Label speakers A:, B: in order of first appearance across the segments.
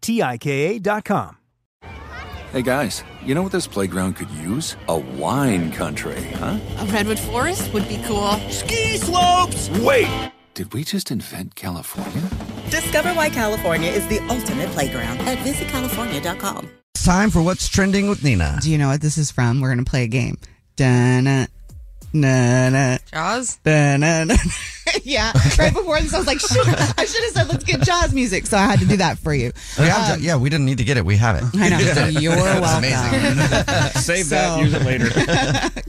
A: T I K A.com.
B: Hey guys, you know what this playground could use? A wine country, huh?
C: A redwood forest would be cool.
D: Ski slopes!
B: Wait! Did we just invent California?
E: Discover why California is the ultimate playground at visitcalifornia.com.
F: It's time for what's trending with Nina.
C: Do you know what this is from? We're gonna play a game. Dun na
G: Jaws?
C: Dun-na-na. yeah. Right before this, I was like, shoot, I should have said, let's get jazz music. So I had to do that for you.
F: We
C: Um,
F: have to- yeah, we didn't need to get it. We have it.
C: I know. You're welcome.
H: Save
C: So-
H: that, use it later.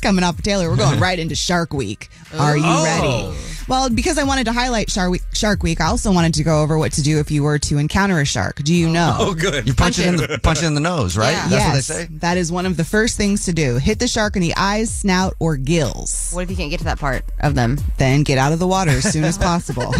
C: Coming off of Taylor, we're going right into Shark Week. Are you
H: Oh.
C: ready? Well, because I wanted to highlight Shark Week, Shark Week, I also wanted to go over what to do if you were to encounter a shark. Do you know?
F: Oh,
H: good.
F: You punch it in the punch it in the nose, right?
G: Yeah.
F: That's what they
C: yes,
F: say.
C: that is one of the first things to do. Hit the shark in the eyes, snout, or gills.
G: What if you can't get to that part of them?
C: Then get out of the water as soon as possible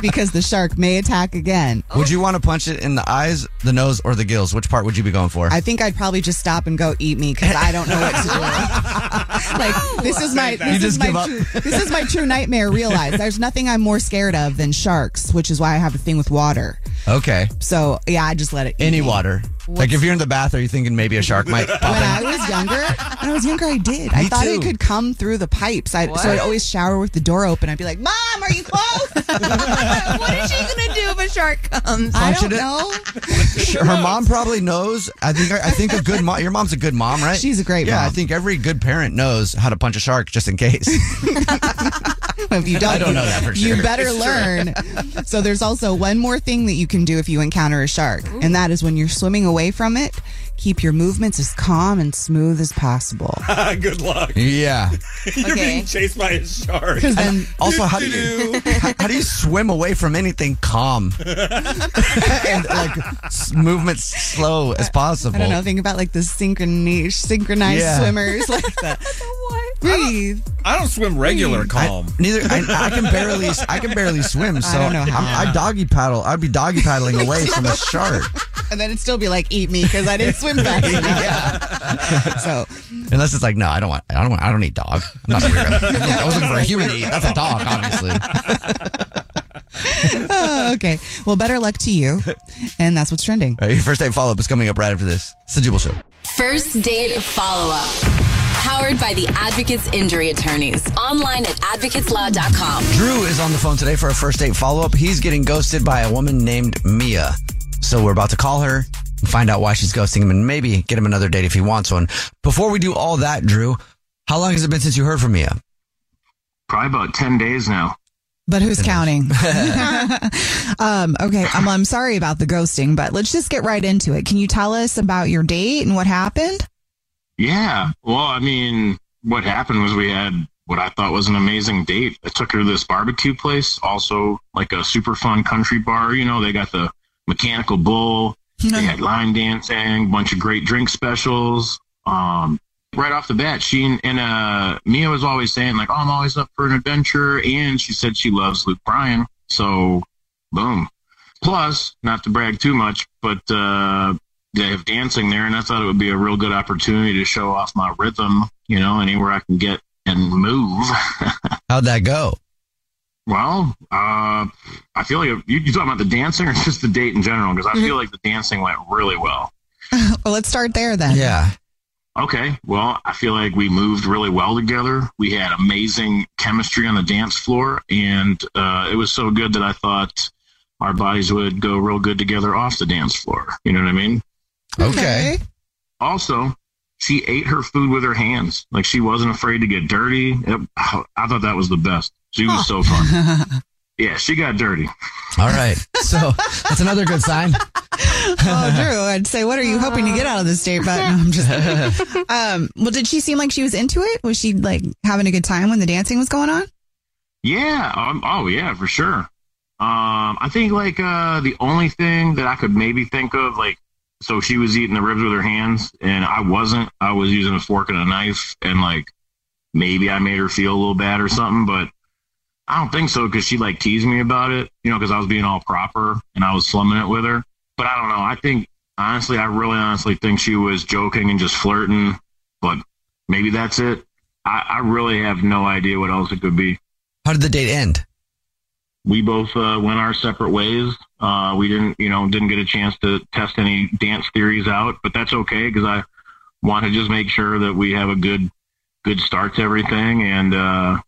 C: because the shark may attack again.
F: Oh. Would you want to punch it in the eyes, the nose, or the gills? Which part would you be going for?
C: I think I'd probably just stop and go eat me because I don't know what to do. like this is my
F: You
C: this is
F: just give
C: my
F: up.
C: true, this is my true nightmare. Realized there's nothing I'm more scared of than sharks, which is why I have a thing with water.
F: okay.
C: So yeah, I just let it. Eat
F: Any
C: me.
F: water. Like if you're in the bath, are you thinking maybe a shark might
C: When
F: pop
C: I was younger, when I was younger, I did. I
F: Me
C: thought
F: too.
C: it could come through the pipes. I, so I'd always shower with the door open. I'd be like, "Mom, are you close?"
G: what is she gonna do if a shark comes?
C: I
F: Punch it
C: don't
F: in-
C: know.
F: in? Her mom probably knows. I think. I think a good mom. Your mom's a good mom, right?
C: She's a great
F: Yeah, I
C: mom.
F: think every good parent knows how to punch a shark just in case.
C: If you don't,
F: I don't know that for sure.
C: You better learn. so there's also one more thing that you can do if you encounter a shark, and that is when you're swimming away from it, keep your movements as calm and smooth as possible.
H: good luck.
F: yeah.
H: You're
G: Okay.
H: being chased by a shark.
C: Because then
F: Also, how do you how, how do you swim away from anything calm and like s- movements slow as possible?
C: I don't know. Think about like the synchronized synchronized
F: Yeah.
C: swimmers like that. Breathe.
H: I don't swim regular calm.
F: Neither I, I can barely I can barely swim, so I,
C: don't know how.
F: I, doggy paddle. I'd be doggy paddling away from a shark
C: And then it'd still be like, eat me because I didn't swim fast enough. So
F: unless it's like no, I don't want I don't want I don't need dog. I'm not a weirdo. I was looking for a human to eat. That's a dog, obviously.
C: oh, okay. Well, better luck to you. And that's what's trending.
F: All right, your first date follow up is coming up right after this. It's the Jubal Show.
I: First date follow up. Powered by the Advocates Injury Attorneys. Online at advocateslaw.com.
F: Drew is on the phone today for a first date follow up. He's getting ghosted by a woman named Mia. So we're about to call her and find out why she's ghosting him and maybe get him another date if he wants one. Before we do all that, Drew, how long has it been since you heard from Mia?
J: Probably about 10 days now.
C: But who's counting? um, okay, I'm, I'm sorry about the ghosting, but let's just get right into it. Can you tell us about your date and what happened?
J: Yeah. Well, I mean, what happened was we had what I thought was an amazing date. I took her to this barbecue place, also like a super fun country bar. You know, they got the mechanical bull, they had line dancing, bunch of great drink specials. Um, right off the bat, she and, and uh, Mia was always saying like, "Oh, I'm always up for an adventure," and she said she loves Luke Bryan. So, boom. Plus, not to brag too much, but uh, they have dancing there, and I thought it would be a real good opportunity to show off my rhythm, you know, anywhere I can get and move.
F: How'd that go?
J: well, uh, I feel like you, you talking about the dancing or just the date in general? Because I feel like the dancing went really well.
C: Well, let's start there then.
F: Yeah.
J: Okay, well, I feel like we moved really well together. We had amazing chemistry on the dance floor, and uh, it was so good that I thought our bodies would go real good together off the dance floor. You know what I mean?
F: Okay.
J: Also, she ate her food with her hands. Like she wasn't afraid to get dirty. It- I thought that was the best. She was so fun. Yeah, she got dirty.
F: All right. So that's another good sign.
C: oh, Drew, I'd say, what are you hoping to get out of this date? But no, I'm just. kidding. um, well, did she seem like she was into it? Was she like having a good time when the dancing was going on?
J: Yeah. Um, oh, yeah, for sure. Um, I think like uh, the only thing that I could maybe think of, like, so she was eating the ribs with her hands, and I wasn't. I was using a fork and a knife, and like maybe I made her feel a little bad or something, but I don't think so because she like teased me about it, you know, because I was being all proper and I was slumming it with her. But I don't know. I think honestly, I really honestly think she was joking and just flirting, but maybe that's it. I, I really have no idea what else it could be
F: How did the date end?
J: we both uh, went our separate ways. Uh, we didn't, you know, didn't get a chance to test any dance theories out, but that's okay because I want to just make sure that we have a good, good start to everything. And uh,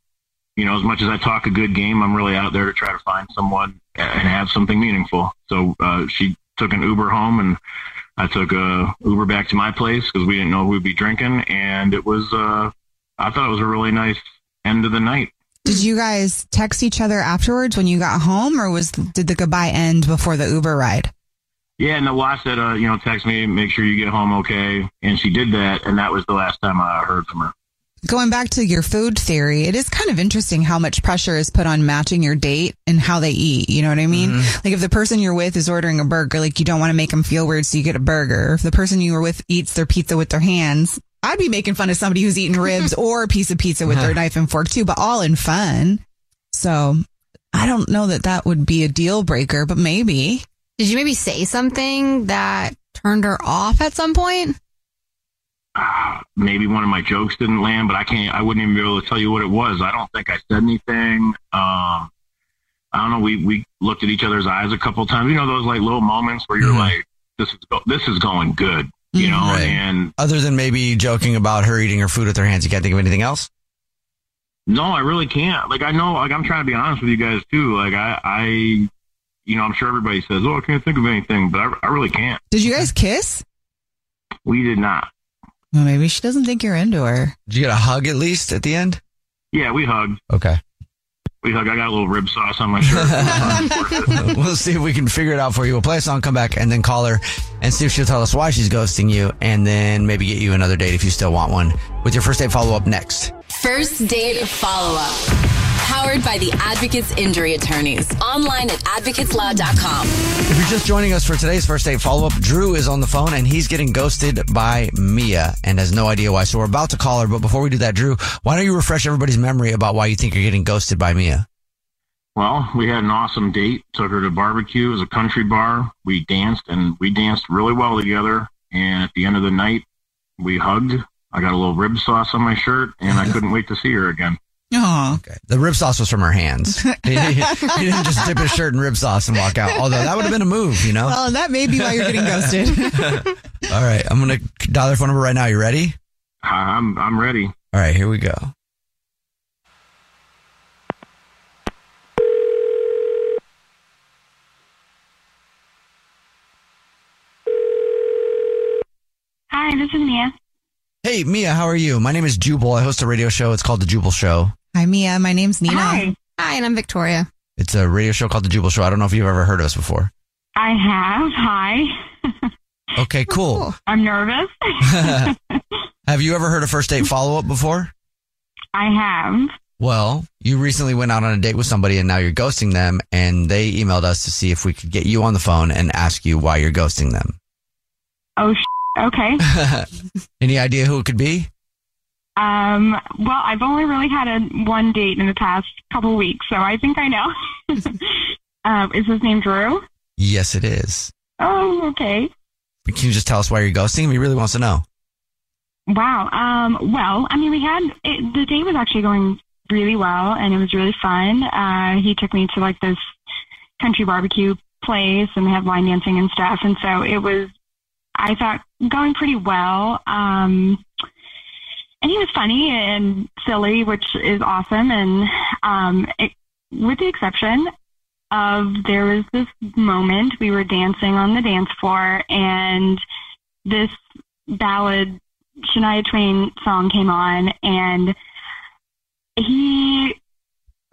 J: you know, as much as I talk a good game, I'm really out there to try to find someone a- and have something meaningful. So uh, she took an Uber home, and I took a Uber back to my place because we didn't know who would be drinking, and it was. Uh, I thought it was a really nice end of the night.
C: Did you guys text each other afterwards when you got home, or was did the goodbye end before the Uber ride?
J: Yeah, and the wife said, uh, you know, text me, make sure you get home okay. And she did that, and that was the last time I heard from her.
C: Going back to your food theory, it is kind of interesting how much pressure is put on matching your date and how they eat. You know what I mean? Like if the person you're with is ordering a burger, like you don't want to make them feel weird, so you get a burger. If the person you were with eats their pizza with their hands, I'd be making fun of somebody who's eating ribs or a piece of pizza with their knife and fork too, but all in fun. So I don't know that that would be a deal breaker, but maybe.
G: Did you maybe say something that turned her off at some point?
J: Maybe one of my jokes didn't land, but I can't. I wouldn't even be able to tell you what it was. I don't think I said anything. Um, I don't know. We we looked at each other's eyes a couple times. You know those like little moments where you're like, this is go- this is going good. You know,
F: Mm-hmm. Mm, Right.
J: and
F: Other than maybe joking about her eating her food with her hands, you can't think of anything else?
J: No, I really can't. Like I know, like I'm trying to be honest with you guys too. Like I, I, you know, I'm sure everybody says, "Oh, I can't think of anything," but I, I really can't.
C: Did you guys kiss?
J: We did not.
C: Well, maybe she doesn't think you're into her.
F: Did you get a hug at least at the end?
J: Yeah, we hugged.
F: Okay.
J: We hugged. I got a little rib sauce on my shirt.
F: we'll see if we can figure it out for you. We'll play a song, come back, and then call her and see if she'll tell us why she's ghosting you, and then maybe get you another date if you still want one with your first date follow up next.
I: First date follow up. Powered by the Advocates Injury Attorneys. Online at advocateslaw.com.
F: If you're just joining us for today's first date follow up, Drew is on the phone and he's getting ghosted by Mia and has no idea why. So we're about to call her, but before we do that, Drew, why don't you refresh everybody's memory about why you think you're getting ghosted by Mia?
J: well, we had an awesome date. Took her to barbecue. It was a country bar. We danced and we danced really well together. And at the end of the night, we hugged. I got a little rib sauce on my shirt, and I couldn't wait to see her again.
C: Oh,
F: okay. The rib sauce was from her hands. he, he didn't just dip his shirt in rib sauce and walk out. Although that would have been a move, you know.
C: Well, and that may be why you're getting ghosted.
F: All right, I'm gonna dial their phone number right now. You ready?
J: I- I'm I'm ready.
F: All right, here we go.
D: Hi, this is Mia.
F: Hey, Mia, how are you? My name is Jubal. I host a radio show. It's called The Jubal Show.
C: Hi, Mia. My name's Nina.
D: Hi.
G: Hi, and I'm Victoria.
F: It's a radio show called The Jubal Show. I don't know if you've ever heard of us before.
D: I have. Hi.
F: Okay,
C: Oh,
F: cool.
D: I'm nervous.
F: have you ever heard of first date follow up before?
D: I have.
F: Well, you recently went out on a date with somebody and now you're ghosting them, and they emailed us to see if we could get you on the phone and ask you why you're ghosting them.
D: Oh, sh- okay.
F: Any idea who it could be?
D: Um, well, I've only really had a one date in the past couple weeks, so I think I know. uh, is his name Drew?
F: Yes, it is.
D: Oh, okay.
F: Can you just tell us why you're ghosting him? He really wants to know.
D: Wow. Um, well, I mean, we had it, the date was actually going really well, and it was really fun. Uh, he took me to like this country barbecue place, and they had line dancing and stuff, and so it was, I thought, going pretty well. Um, and he was funny and silly, which is awesome. And um, it, with the exception of there was this moment we were dancing on the dance floor and this ballad Shania Twain song came on and he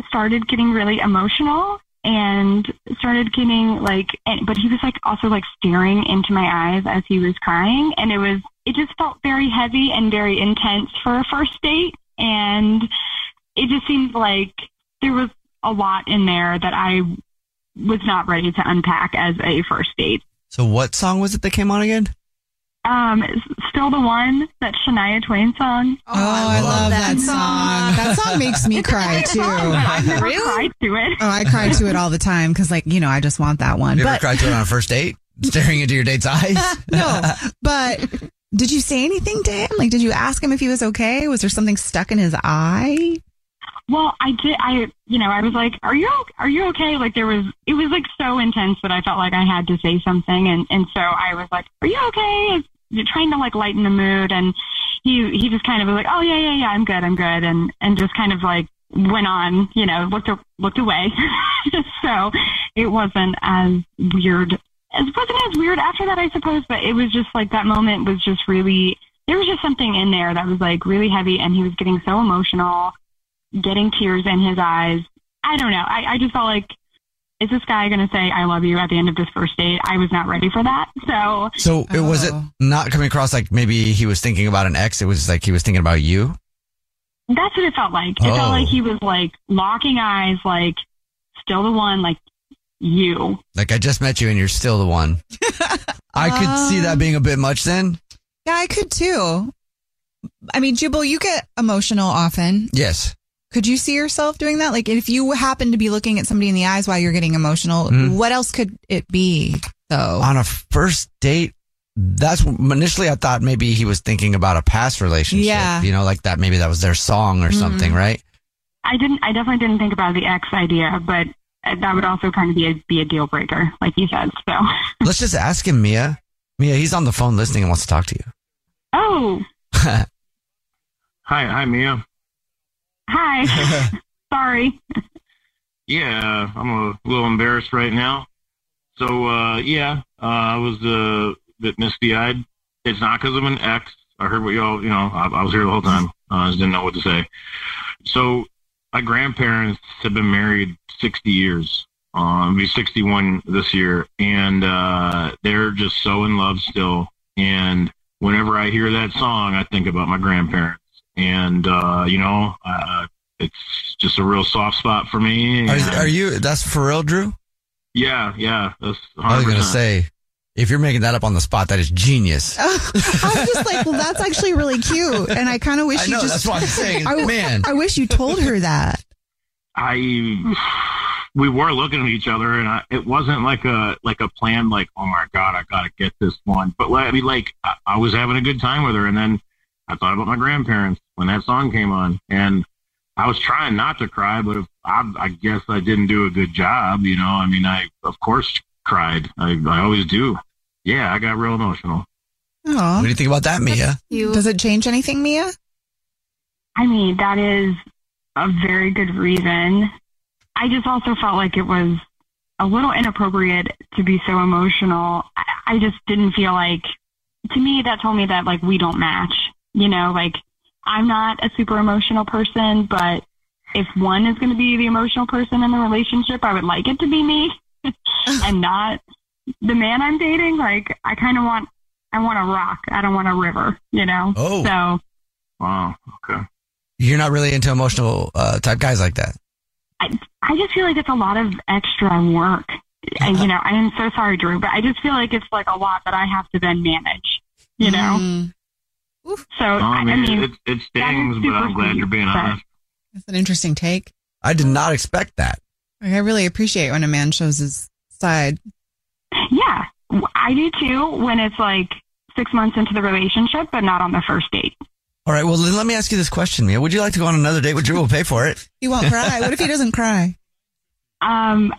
D: started getting really emotional and started getting like and, but he was like also like staring into my eyes as he was crying and it was it just felt very heavy and very intense for a first date and it just seemed like there was a lot in there that I was not ready to unpack as a first date.
F: So what song was it that came on again?
D: Um, still the one that Shania Twain song.
C: Oh, I love that song. That song makes me cry too.
D: I've never cried to it.
C: Oh, I cry to it all the time because, like, you know, I just want that one.
F: You ever
C: But
F: cried to it on a first date? Staring into your date's eyes?
C: no, but did you say anything to him? Like, did you ask him if he was okay? Was there something stuck in his eye?
D: Well, I did. I, you know, I was like, "Are you o- are you okay?" Like there was, it was like so intense that I felt like I had to say something, and and so I was like, "Are you okay?" You're trying to like lighten the mood, and he he just kind of was like, "Oh yeah yeah yeah, I'm good I'm good," and and just kind of like went on, you know, looked a- looked away. so it wasn't as weird. It wasn't as weird after that, I suppose, but it was just like that moment was just really. There was just something in there that was like really heavy, and he was getting so emotional getting tears in his eyes. I don't know. I, I just felt like, is this guy going to say "I love you" at the end of this first date? I was not ready for that. So
F: So it was it
C: Oh.
F: not coming across like maybe he was thinking about an ex? It was like he was thinking about you?
D: that's what it felt like. It
F: Oh.
D: felt like he was like locking eyes, like still the one, like you.
F: Like I just met you and you're still the one. I could see that being a bit much then.
C: Yeah, I could too. I mean, Jubal, you get emotional often.
F: Yes.
C: Could you see yourself doing that? Like, if you happen to be looking at somebody in the eyes while you're getting emotional,
F: Mhm.
C: what else could it be? Though
F: On a first date, that's initially I thought maybe he was thinking about a past relationship.
D: Yeah.
F: You know, like that maybe that was their song or
D: Mhm.
F: something, right?
D: I didn't. I definitely didn't think about the ex idea, but that would also kind of be a be a deal breaker, like you said. So
F: Let's just ask him, Mia. Mia, he's on the phone listening and wants to talk to you.
D: oh
J: Hi, hi, Mia.
D: hi, sorry.
J: Yeah, I'm a little embarrassed right now. So, uh, yeah, uh, I was uh, a bit misty-eyed. It's not because I'm an ex. I heard what y'all, you know, I, I was here the whole time. Uh, I just didn't know what to say. So, my grandparents have been married 60 years. Uh, I'll be 61 this year, and uh, they're just so in love still. And whenever I hear that song, I think about my grandparents. And uh, you know, uh, it's just a real soft spot for me.
F: Are,
J: and-
F: are you? That's for real, Drew.
J: yeah, yeah. That's 100%.
F: I was gonna say, if you're making that up on the spot, that is genius.
C: I was just like, well, that's actually really cute, and I kind of wish
F: I
C: you
F: know,
C: just.
F: that's what I'm saying.
C: I,
F: Man.
C: I wish you told her that.
J: I we were looking at each other, and I, it wasn't like a like a plan. Like, oh my god, I gotta get this one. But like, I mean, like I, I was having a good time with her, and then I thought about my grandparents when that song came on, and I was trying not to cry, but if, I, I guess I didn't do a good job. You know, I mean, I of course cried. I, I always do. Yeah, I got real emotional.
C: Aw.
F: What do you think about that, Mia?
C: Does it change anything, Mia?
D: I mean, that is a very good reason. I just also felt like it was a little inappropriate to be so emotional. I, I just didn't feel like, to me, that told me that like we don't match. You know, like I'm not a super emotional person, but if one is going to be the emotional person in the relationship, I would like it to be me and not the man I'm dating. Like I kind of want, I want a rock. I don't want a river. You know.
F: Oh.
D: So.
J: Wow. Okay.
F: You're not really into emotional uh, type guys like that.
D: I, I just feel like it's a lot of extra work. And, you know, I am so sorry, Drew, but I just feel like it's like a lot that I have to then manage, you know?
C: Mm-hmm.
D: So,
J: Oh,
D: I, I
J: man,
D: mean,
J: it, it stings, but I'm glad you're being honest.
C: That's an interesting take.
F: I did not expect that.
C: Like, I really appreciate when a man shows his side.
D: yeah, I do too when it's like six months into the relationship, but not on the first date.
F: All right. Well, then let me ask you this question, Mia. Would you like to go on another date with Drew? We'll pay for it.
C: He won't cry. What if he doesn't cry?
D: Um,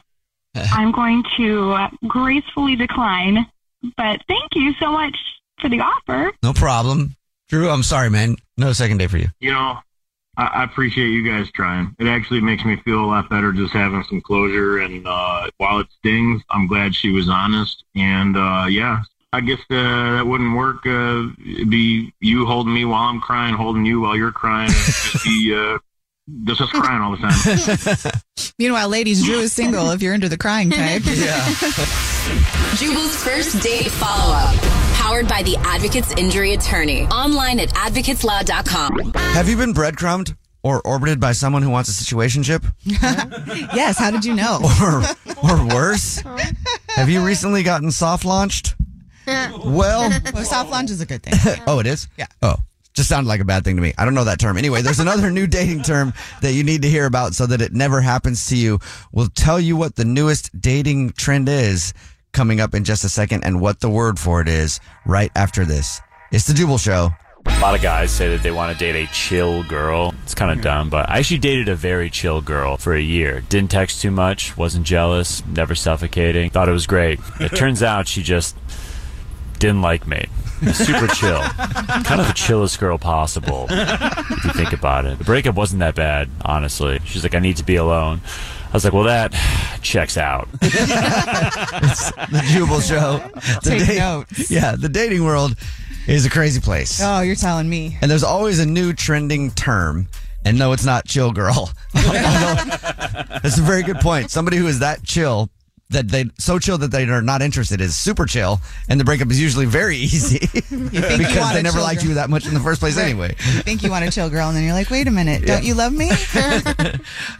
D: I'm going to gracefully decline, but thank you so much for the offer.
F: No problem. Drew, I'm sorry, man. No second date for you.
J: you know, I, I appreciate you guys trying. It actually makes me feel a lot better just having some closure. And uh, while it stings, I'm glad she was honest. And uh, yeah, I guess uh, that wouldn't work. Uh, it'd be you holding me while I'm crying, holding you while you're crying. It'd just be uh, just us crying all the time.
C: Meanwhile, ladies, Drew is single if you're into the crying type.
I: Jubal's first date follow up. Powered by the Advocates Injury Attorney. Online at advocateslaw.com.
F: Have you been breadcrumbed or orbited by someone who wants a situationship?
C: yes, how did you know?
F: Or, or worse? Have you recently gotten soft launched? Well-
C: well, soft launch is a good thing.
F: oh, it is? Yeah. Oh, just sounded like a bad thing to me. I don't know that term. Anyway, there's another new dating term that you need to hear about so that it never happens to you. We'll tell you what the newest dating trend is coming up in just a second and what the word for it is right after this. It's the Jubal Show.
K: A lot of guys say that they want to date a chill girl. It's kind of dumb, but I actually dated a very chill girl for a year. Didn't text too much, wasn't jealous, never suffocating. Thought it was great. It turns out she just didn't like me. Super chill. kind of the chillest girl possible, if you think about it. The breakup wasn't that bad, honestly. She's like, I need to be alone. I was like, well, that checks out.
F: It's the Jubal Show. The
C: Take
F: da-
C: notes.
F: Yeah, the dating world is a crazy place.
C: Oh, you're telling me.
F: And there's always a new trending term. And no, it's not chill girl. Although, that's a very good point. Somebody who is that chill that they so chill that they are not interested is super chill, and the breakup is usually very easy
C: you
F: because
C: want
F: they
C: a
F: never
C: chill
F: liked
C: girl.
F: you that much in the first place
C: Right.
F: anyway.
C: You think you want a chill girl, and then you're like, wait a minute, don't
F: Yeah.
C: you love me?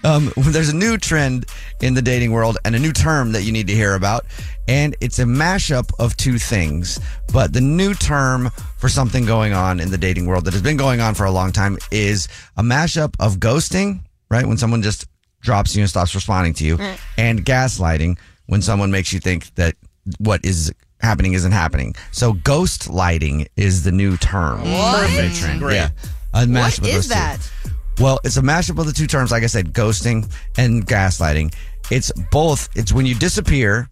F: Um, there's a new trend in the dating world and a new term that you need to hear about. And it's a mashup of two things. But the new term for something going on in the dating world that has been going on for a long time is a mashup of ghosting, right? When someone just drops you and stops responding to you,
L: Mm.
F: and gaslighting, when someone makes you think that what is happening isn't happening. So ghost lighting is the new term.
L: What? Perfect.
F: Trend.
L: Great.
F: Yeah. A mashup of
L: what
F: those
L: is
F: two.
L: that?
F: Well, it's a mashup of the two terms, like I said, ghosting and gaslighting. It's both, it's when you disappear,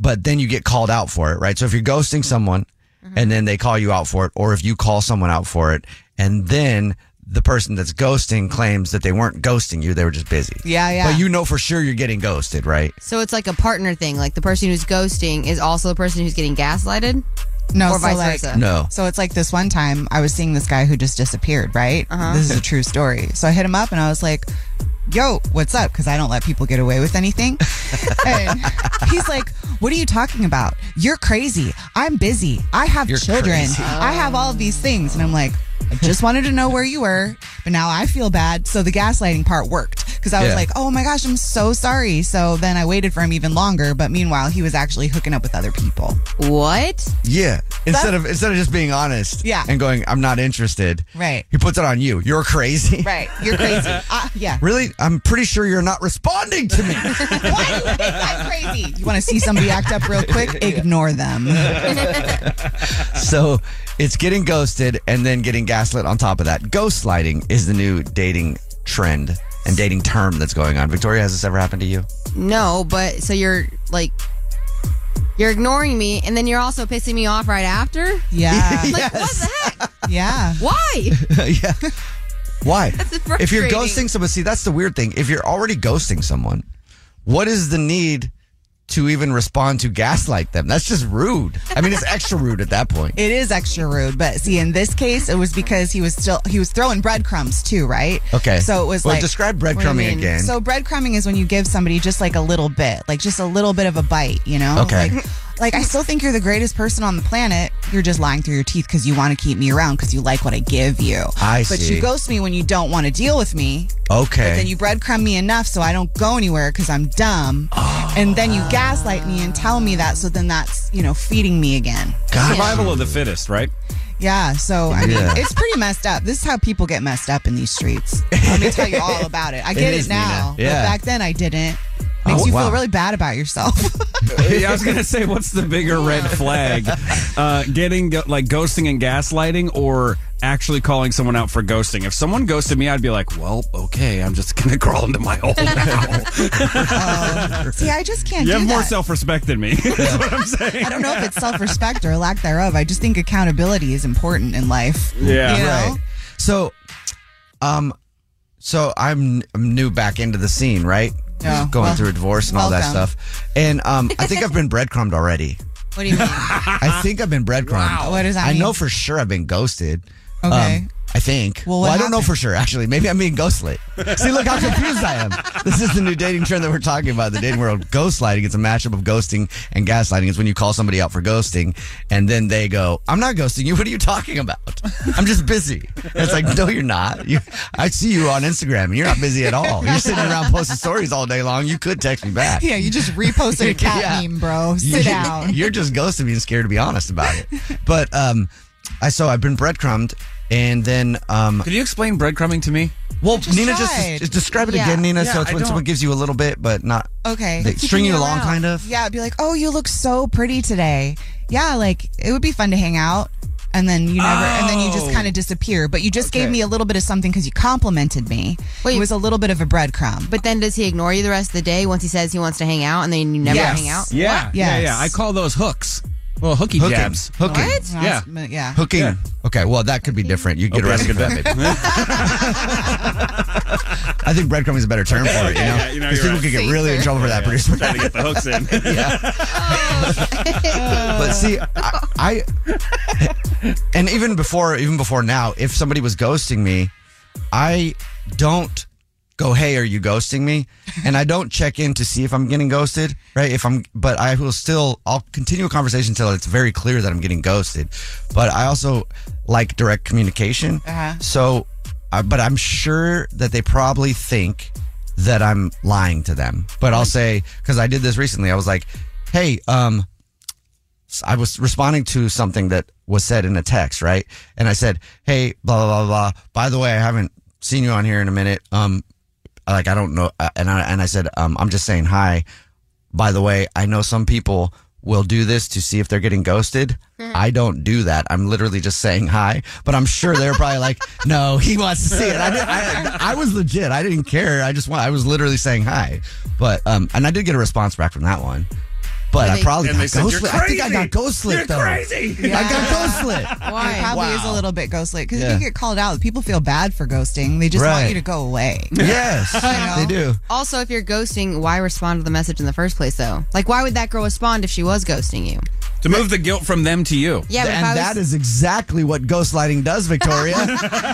F: but then you get called out for it, right? So if you're ghosting someone
C: Mm-hmm.
F: and then they call you out for it, or if you call someone out for it, and then the person that's ghosting claims that they weren't ghosting you, they were just busy.
G: Yeah, yeah.
F: But you know for sure you're getting ghosted, right?
G: So it's like a partner thing. Like the person who's ghosting is also the person who's getting gaslighted.
C: No,
G: or
C: so
G: vice
C: like,
G: versa.
C: So it's like this one time I was seeing this guy who just disappeared, right?
G: Uh-huh.
C: This is a true story. So I hit him up and I was like, yo, what's up? Because I don't let people get away with anything. and he's like, what are you talking about? You're crazy. I'm busy. I have
L: You're
C: children.
L: crazy.
C: I have all of these things. And I'm like, I just wanted to know where you were, but now I feel bad. So the gaslighting part worked because I was
L: Yeah.
C: like, oh my gosh, I'm so sorry. So then I waited for him even longer. But meanwhile, he was actually hooking up with other people.
G: What?
F: Yeah. Instead of instead of just being honest
C: Yeah.
F: and going, I'm not interested.
C: Right.
F: He puts it on you. You're crazy.
C: Right. You're crazy. uh, yeah.
F: Really? I'm pretty sure you're not responding to me.
C: crazy. You want to see somebody act up real quick? Ignore them.
F: so it's getting ghosted and then getting gaslit on top of that. Ghostlighting is the new dating trend and dating term that's going on. Victoria, has this ever happened to you?
G: No, but so you're like you're ignoring me, and then you're also pissing me off right after.
C: Yeah.
G: like what the heck?
C: Yeah.
G: Why?
F: yeah. Why? if you're
G: frustrating.
F: ghosting someone, see, that's the weird thing. If you're already ghosting someone, what is the need to even respond to gaslight them? That's just rude. I mean, it's extra rude at that point.
C: It is extra rude, but see, in this case, it was because he was still he was throwing breadcrumbs too, right?
F: Okay.
C: So it was
F: Well,
C: like
F: describe breadcrumbing What do you mean? again.
C: So breadcrumbing is when you give somebody just like a little bit, like just a little bit of a bite, you know?
F: Okay.
C: Like, like I still think you're the greatest person on the planet. You're just lying through your teeth because you want to keep me around because you like what I give you.
F: I
C: But
F: see.
C: you ghost me when you don't want to deal with me.
F: Okay.
C: But then you breadcrumb me enough so I don't go anywhere because I'm dumb. and then you gaslight me and tell me that. So then that's, you know, feeding me again.
H: Survival of the fittest, right?
C: Yeah. So, I mean,
H: Yeah.
C: it's pretty messed up. This is how people get messed up in these streets. Let me tell you all about it. I
H: It
C: get it,
H: is,
C: now.
H: Nina. Yeah.
C: But back then I didn't.
H: Oh,
C: Makes you
H: wow.
C: feel really bad about yourself.
H: yeah, I was gonna say, what's the bigger red flag? Uh, getting go- like ghosting and gaslighting, or actually calling someone out for ghosting? If someone ghosted me, I'd be like, well, okay, I'm just gonna crawl into my hole now.
C: Um, See, I just can't
H: you
C: do
H: have
C: that.
H: more self respect than me. That's what I'm saying.
C: I don't know if it's self respect or lack thereof. I just think accountability is important in life. You know?
F: Right. So, um, So I'm n- I'm new back into the scene, right?
C: Yeah.
F: Going
C: Well,
F: through a divorce and all that
C: welcome.
F: stuff. And um, I think I've been breadcrumbed already.
C: What do you mean?
F: I think I've been breadcrumbed.
C: Wow. What does that
F: I know
C: mean?
F: for sure I've been ghosted. Um,
C: Okay.
F: I think. Well,
C: what
F: I don't know
C: happened?
F: for sure, actually. Maybe I'm being ghostlit. See, look how confused I am. This is the new dating trend that we're talking about, the dating world. Ghostlighting. It's a mashup of ghosting and gaslighting. It's when you call somebody out for ghosting and then they go, I'm not ghosting you. What are you talking about? I'm just busy. And it's like, no, you're not. You, I see you on Instagram and you're not busy at all. You're sitting around posting stories all day long. You could text me back.
C: Yeah, you just reposted a cat
F: Yeah.
C: meme, bro. Sit
F: You-
C: down.
F: You're just ghosting me and scared to be honest about it. But um, I so I've been breadcrumbed, and then um,
H: Could you explain breadcrumbing to me?
F: Well,
C: just
F: Nina just,
C: tried.
F: just describe it
C: Yeah.
F: again, Nina.
C: Yeah,
F: so it's
C: I
F: when
C: don't-
F: someone gives you a little bit, but not
C: Okay.
F: They
C: Keeping
F: string you
C: you
F: along,
C: around.
F: kind of.
C: Yeah, it'd be like, oh, you look so pretty today. Yeah, like it would be fun to hang out. And then you never, and then you just
G: Oh.
C: kind of disappear. But you just gave
G: Okay.
C: me a little bit of something because you complimented me. it was a little bit of a breadcrumb.
G: But then does he ignore you the rest of the day once he says he wants to hang out and then you never hang out?
H: Yeah,
G: What?
H: yeah, yeah. I call those hooks. Well, hooky
F: Hooking.
H: jabs.
F: Hooking.
G: What?
H: Yeah.
C: Yeah.
F: hooking. Okay, well that could be different. You could get
H: Okay, that's
F: arrested for that.
H: good.
F: Maybe. I think breadcrumbing is a better term for it. You know,
H: Yeah, you know,
F: 'Cause
H: you're
F: people
H: right.
F: could get really in trouble for that. Producer,
H: Trying to get the hooks in.
C: Oh.
F: but see, I, I and even before even before now, if somebody was ghosting me, I don't go, "Hey, are you ghosting me?" And I don't check in to see if I'm getting ghosted, right? If I'm, but I will still, I'll continue a conversation until it's very clear that I'm getting ghosted. But I also like direct communication,
C: Uh-huh.
F: so. I, but I'm sure that they probably think that I'm lying to them. But I'll say because I did this recently. I was like, "Hey, um, I was responding to something that was said in a text, right? And I said, "Hey, blah blah blah blah. By the way, I haven't seen you on here in a minute. Um, like I don't know." uh, And I and I said, um, "I'm just saying hi. By the way, I know some people will do this to see if they're getting ghosted. I don't do that. I'm literally just saying hi. But I'm sure they're probably like, "No, he wants to see it." I, did, I I was legit. I didn't care. I just want. I was literally saying hi. But um, and I did get a response back from that one. But I probably
C: And
F: got
C: they said, "You're
F: ghostlit. I think I got
C: crazy.
F: ghostlit
C: You're
F: though.
C: crazy.
F: I got
C: Yeah.
F: ghostlit.
C: It probably is a little bit ghostly because
F: Yeah.
C: if you get called out, people feel bad for ghosting. They just
F: Right.
C: want you to go away.
F: Yes, they do.
G: Also, if you're ghosting, why respond to the message in the first place, though? Like, why would that girl respond if she was ghosting you?
H: to move the guilt from them to you.
G: Yeah, but if
F: and
G: I was-
F: that is exactly what ghostlighting does, Victoria.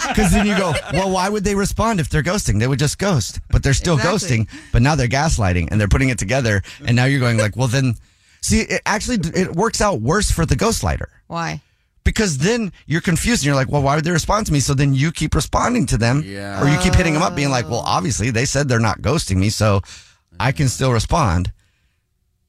F: Because then you go, well, why would they respond if they're ghosting? They would just ghost, but they're still
L: Exactly.
F: ghosting. But now they're gaslighting and they're putting it together. And now you're going like, well, then, see, it actually it works out worse for the ghostlighter.
G: Why?
F: Because then you're confused and you're like, well, why would they respond to me? So then you keep responding to them, yeah. or you keep hitting them up, being like, well,
G: Oh.
F: obviously they said they're not ghosting me, so I can still respond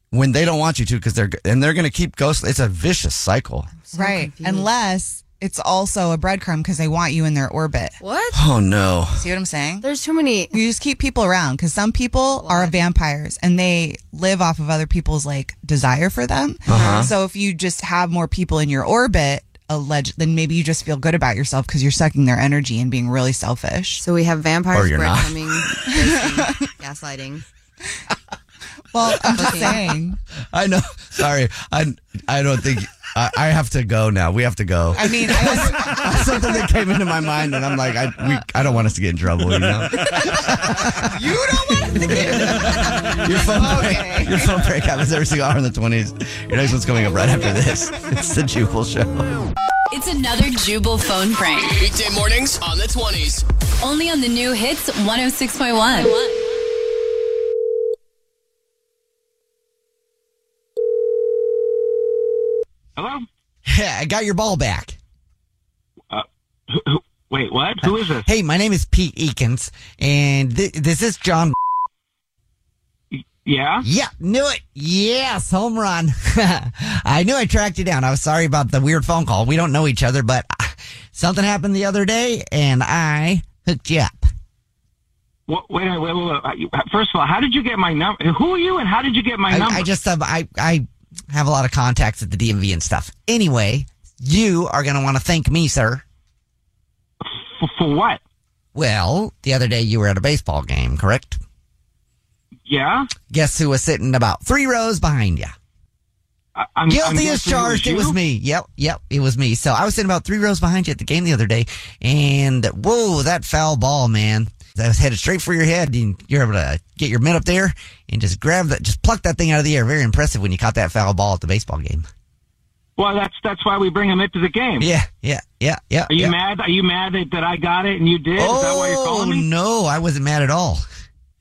F: when they don't want you to because they're and they're going to keep ghost. It's a vicious cycle.
C: right. Unless it's also a breadcrumb because they want you in their orbit.
G: What?
F: Oh no.
C: See what I'm saying?
G: There's too many.
C: You just keep people around because some people are vampires and they live off of other people's like desire for them.
F: Uh-huh.
C: So if you just have more people in your orbit, alleged, then maybe you just feel good about yourself because you're sucking their energy and being really selfish.
G: So we have vampires,
C: Or you're not.
G: breadcrumbing, ghosting, gaslighting.
C: Well, I'm just
G: Okay.
C: saying.
F: I know. Sorry, I I don't think I, I have to go now. We have to go.
C: I mean, I was,
F: Something that came into my mind, and I'm like, I we, I don't want us to get in trouble. You know,
C: you don't want us to
F: get your phone break, your phone break happens every single hour in the 20s. Your next one's coming up right after this. It's the Jubal Show.
I: It's another Jubal phone prank.
M: Weekday mornings on the 20s.
I: Only on the new hits 106.1.
J: Hello?
F: Yeah, I got your ball back.
J: Wait, what? Uh, Who is this?
F: Hey, my name is Pete Eakins, and thi- this is John.
J: Yeah?
F: Yeah, knew it. Yes, home run. I knew I tracked you down. I was sorry about the weird phone call. We don't know each other, but uh, something happened the other day, and I hooked you up.
J: What, wait, wait, wait, wait, wait. First of all, how did you get my number? Who are you and how did you get my
F: I,
J: number?
F: I just um, I I have a lot of contacts at the DMV and stuff. Anyway, you are going to want to thank me, sir.
J: For, for what?
F: Well, the other day you were at a baseball game, correct?
J: Yeah?
F: Guess who was sitting about three rows behind you?
J: I, I'm, I'm
F: Guilty
J: guessing
F: as charged. It
J: you?
F: was, me. Yep, yep, it was me. So I was sitting about three rows behind you at the game the other day, and whoa, that foul ball, man!
N: That was headed straight for your head. And you're able to get your mitt up there and just grab that, just pluck that thing out of the air. Very impressive when you caught that foul ball at the baseball game.
L: Well, that's that's why we bring him into the game.
N: Yeah, yeah, yeah, yeah.
L: Are you
N: yeah.
L: mad? Are you mad that, that I got it and you did? Is that why you're calling
N: Oh
L: me?
N: no, I wasn't mad at all.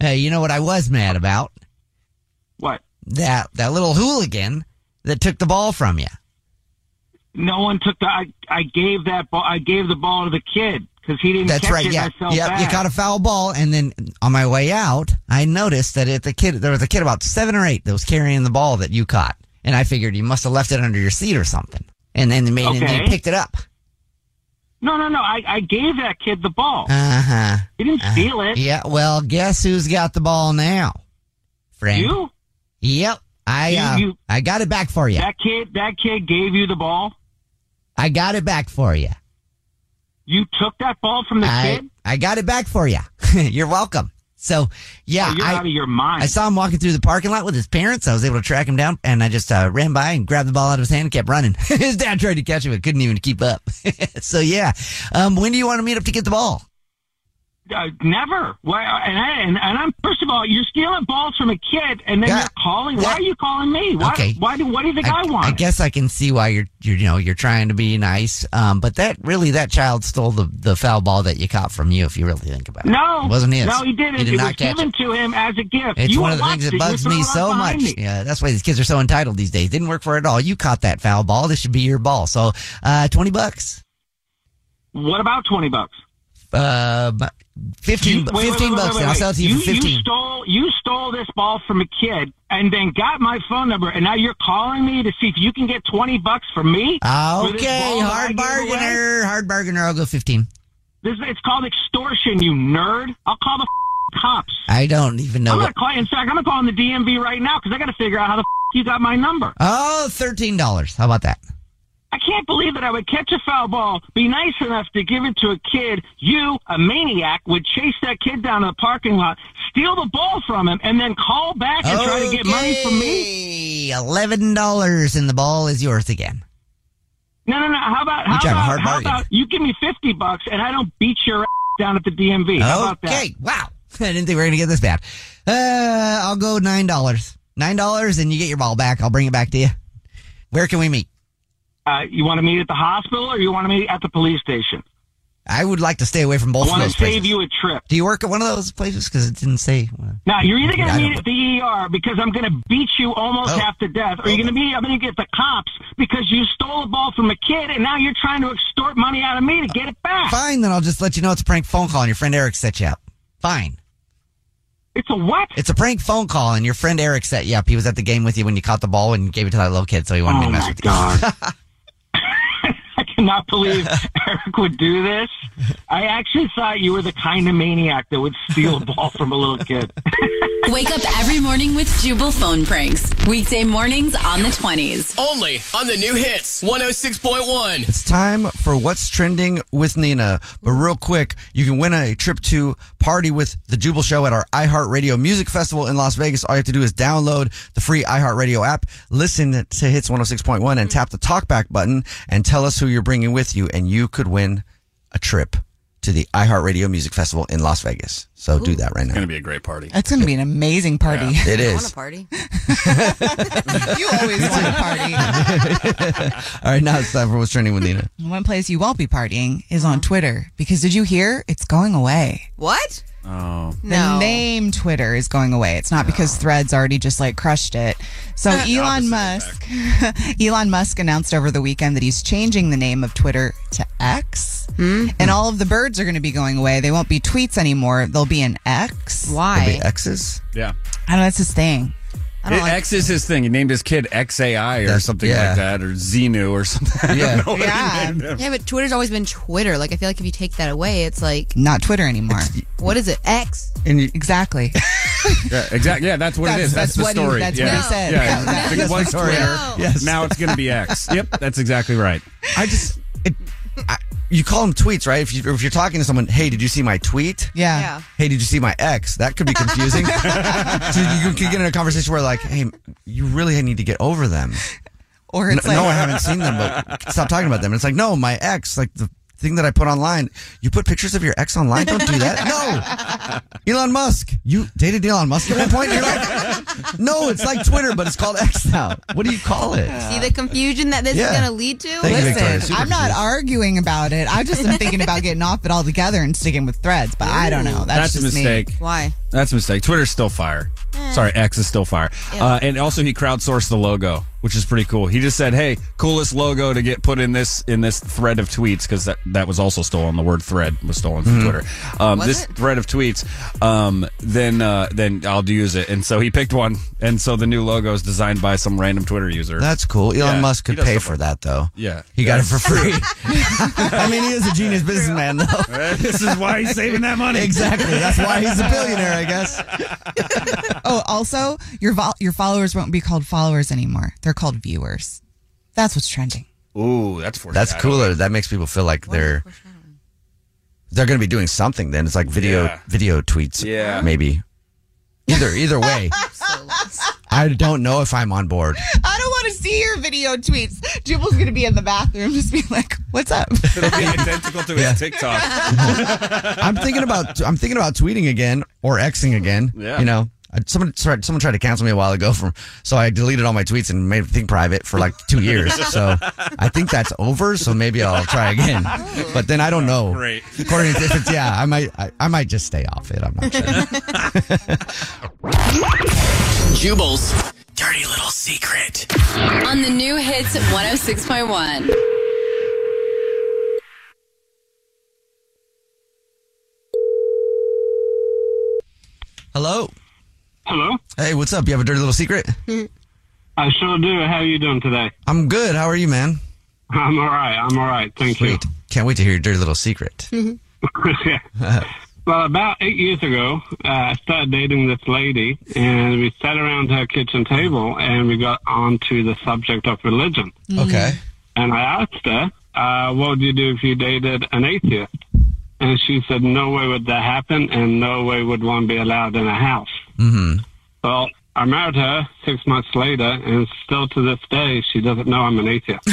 N: Hey, you know what I was mad about?
L: What?
N: That that little hooligan that took the ball from you.
L: No one took the. I, I gave that ball. I gave the ball to the kid because he didn't
N: That's
L: catch
N: right.
L: it.
N: Yeah,
L: I felt
N: yep.
L: bad.
N: You caught a foul ball, and then on my way out, I noticed that at the kid there was a kid about seven or eight that was carrying the ball that you caught, and I figured you must have left it under your seat or something, and then they made and they
L: Okay.
N: picked it up.
L: No, no, no. I, I gave that kid the ball.
N: Uh huh.
L: He didn't steal it.
N: Yeah. Well, guess who's got the ball now, Frank?
L: You?
N: Yep. I
L: You-
N: uh,
L: you-
N: I got it back for you.
L: That kid. That kid gave you the ball.
N: I got it back for you.
L: You took that ball from the
N: I,
L: kid.
N: I got it back for you. you're welcome. So yeah,
L: Oh, you're
N: I,
L: out of your mind.
N: I saw him walking through the parking lot with his parents. I was able to track him down, and I just uh, ran by and grabbed the ball out of his hand and kept running. his dad tried to catch him, but couldn't even keep up. so yeah, um, when do you want to meet up to get the ball?
L: Uh, never. Why? And, I, and and I'm first of all, you're stealing balls from a kid, and then
N: Yeah.
L: you're calling. Why are you calling me? Why?
N: Okay.
L: Why do? What do you think I,
N: I,
L: want?
N: I guess I can see why you're, you're you know you're trying to be nice, um, but that really that child stole the, the foul ball that you caught from you. If you really think about it,
L: No,
N: it wasn't his.
L: No, he didn't.
N: He did
L: it
N: not
L: was
N: catch
L: given to him as a gift.
N: It's
L: You
N: one of the
L: unlocked
N: things that
L: it. You
N: bugs
L: threw
N: me
L: it
N: so
L: right
N: much.
L: behind me.
N: Yeah, that's why these kids are so entitled these days. Didn't work for it at all. You caught that foul ball. This should be your ball. So, uh, twenty bucks,
L: What about twenty bucks?
N: uh, bu- fifteen,
L: You-
N: bu-
L: wait, wait,
N: fifteen
L: wait,
N: bucks.
L: wait,
N: and I'll
L: wait.
N: sell it to you, for fifteen.
L: You stole, you stole this ball from a kid and then got my phone number, and now you're calling me to see if you can get 20 bucks from me? for this
N: okay,
L: ball that I
N: hard
L: gave away?
N: bargainer, hard bargainer. I'll go fifteen.
L: This, it's called extortion, you nerd. I'll call the f- cops.
N: I don't even know
L: I'm
N: what.
L: gonna call. In fact, I'm gonna call in the DMV right now because I gotta figure out how the f- you got my number.
N: Oh, thirteen dollars. How about that?
L: I can't believe that I would catch a foul ball, be nice enough to give it to a kid. You, a maniac, would chase that kid down to the parking lot, steal the ball from him, and then call back and try to get money from me.
N: Hey, eleven dollars, and the ball is yours again.
L: No, no, no. How about how
N: trying to
L: about,
N: hard
L: how
N: bargain.
L: about you give me fifty bucks and I don't beat your ass down at the DMV? How about that?
N: Okay, wow. I didn't think we were going to get this bad. Uh, I'll go $9. $9 and you get your ball back. I'll bring it back to you. Where can we meet?
L: Uh, you want to meet at the hospital or you want to meet at the police station?
N: I would like to stay away from both
L: I
N: of
L: want to
N: those
L: save
N: places.
L: you a trip.
N: Do you work at one of those places? Because it didn't say.
L: Now you're either going
N: I
L: to
N: don't- Oh.
L: meet at the ER because I'm going to beat you almost half to death, or you're going to meet. I'm going to get the cops because you stole a ball from a kid and now you're trying to extort money out of me to get it back.
N: Fine, then I'll just let you know it's a prank phone call and your friend Eric set you up. Fine.
L: It's a what?
N: It's a prank phone call and your friend Eric set you up. He was at the game with you when you caught the ball and gave it to that little kid, so he wanted
L: Oh,
N: me to mess with you.
L: I cannot believe Eric would do this. I actually thought you were the kind of maniac that would steal a ball from a little kid.
I: Wake up every morning with Jubal phone pranks. Weekday mornings on the 20s.
M: Only on the new hits 106.1.
N: It's time for what's trending with Nina. But real quick, you can win a trip to party with the Jubal Show at our iHeartRadio Music Festival in Las Vegas. All you have to do is download the free iHeartRadio app, listen to Hits 106.1, and tap the talkback button and tell us who you're bringing with you, and you could win a trip to the iHeartRadio Music Festival in Las Vegas. So do that right now. It's
H: going to be a great party.
C: That's going to be an amazing party.
N: Yeah. It is.
G: a party.
C: you always want a party.
N: All right, now it's time for what's trending with Nina.
C: One place you won't be partying is on Twitter because did you hear? It's going away.
G: What?
H: Oh.
C: The name Twitter is going away. It's not because Threads already just like crushed it. So
G: The
C: Elon Musk, Elon Musk announced over the weekend that he's changing the name of Twitter to X,
G: Mm-hmm.
C: and all of the birds are going to be going away. They won't be tweets anymore. They'll be an X.
H: They'll be
N: X's.
H: Yeah.
C: I don't know. That's his thing. I don't
H: It-
C: like-
H: X is his thing. He named his kid XAI or something
N: yeah.
H: like that, or Xenu or something. I don't know what he
G: Yeah.
H: named him.
G: yeah, but Twitter's always been Twitter. Like, I feel like if you take that away, it's like,
C: Not Twitter anymore.
G: what is it? X?
N: And
C: exactly.
H: Yeah, exactly. Yeah, that's what it
C: That's-
H: is. That's,
C: that's what
H: the
C: he-
H: story.
C: that's
H: yeah.
C: what he said.
H: Yeah,
C: That-
H: it
C: that's
H: was
C: the story.
H: Twitter.
C: No.
N: Yes.
H: Now it's going to be X. Yep, that's exactly right.
N: I just it, I, you call them tweets, right? If you if you're talking to someone, hey, did you see my tweet?
C: Yeah. Yeah.
N: Hey, did you see my ex? That could be confusing. so you could get in a conversation where like, hey, you really need to get over them.
C: Or it's
N: no,
C: like-
N: no, I haven't seen them, but stop talking about them. And it's like, no, my ex, like the
F: thing that I put online. You put pictures of your ex online? Don't do that. No. Elon Musk. You dated Elon Musk at that point? You're like, no, it's like Twitter, but it's called X now. What do you call it?
G: See the confusion that this
F: Yeah.
G: is going to lead to?
F: Thank you, Victoria.
C: Listen,
F: Super
C: I'm not arguing about it. I just am thinking about getting off it altogether and sticking with threads, but I don't know.
H: That's
C: That's,
H: a
C: just me. Eh.
H: mistake.
G: Why?
H: That's a mistake. Twitter's still fire. Sorry, X is still fire.
G: Yeah.
H: Uh, and also, he crowdsourced the logo, which is pretty cool. He just said, "Hey, coolest logo to get put in this in this thread of tweets," because that that was also stolen. The word "thread" was stolen from
F: Mm-hmm.
O: Mhm.
H: Twitter. Um,
O: Was
H: this thread of tweets. Um, then uh, then I'll use it. And so he picked one. And so the new logo is designed by some random Twitter user.
F: That's cool. Elon
H: Yeah,
F: Musk
H: he
F: could
H: does
F: pay
H: stuff
F: for
H: like
F: that, though.
H: Yeah.
F: He got it for free.
H: I
F: mean, he is a genius businessman, though.
H: this is why he's saving that money.
F: Exactly. That's why he's a billionaire, I guess.
C: Oh, also, your vol- your followers won't be called followers anymore. They're called viewers. That's what's trending.
H: Ooh, that's
F: That's cooler. That makes people feel like they're they're going to be doing something. Then it's like video
H: Yeah.
F: video tweets.
H: Yeah.
F: maybe. Either either way, I don't know if I'm on board.
C: I don't want to see your video tweets. Jubal's gonna be in the bathroom, just be like, "What's up?"
H: It'll be identical to his
F: Yeah.
H: TikTok.
F: I'm thinking about I'm thinking about tweeting again or Xing again.
H: Yeah.
F: You know, I- someone tried, someone tried to cancel me a while ago from so I deleted all my tweets and made everything private for like two years. so I think that's over. So maybe I'll try again. But then I don't know.
H: Great.
F: According to if it's, yeah, I might I, I might just stay off it. I'm not sure.
M: Jubal's dirty little secret.
I: On the new hits 106.1.
F: Hello.
P: Hello.
F: Hey, what's up? You have a dirty little secret?
P: I sure do. How are you doing today?
F: I'm good. How are you, man?
P: I'm all right. I'm all right. Thank you.
F: Wait, can't wait to hear your dirty little secret.
P: well, about eight years ago, uh, I started dating this lady, and we sat around her kitchen table, and we got onto the subject of religion.
F: Okay.
P: And I asked her, uh, "What would you do if you dated an atheist?" And she said, "No way would that happen, and no way would one be allowed in a house."
F: Mm-hmm.
P: Well, I married her six months later, and still to this day, she doesn't know I'm an atheist.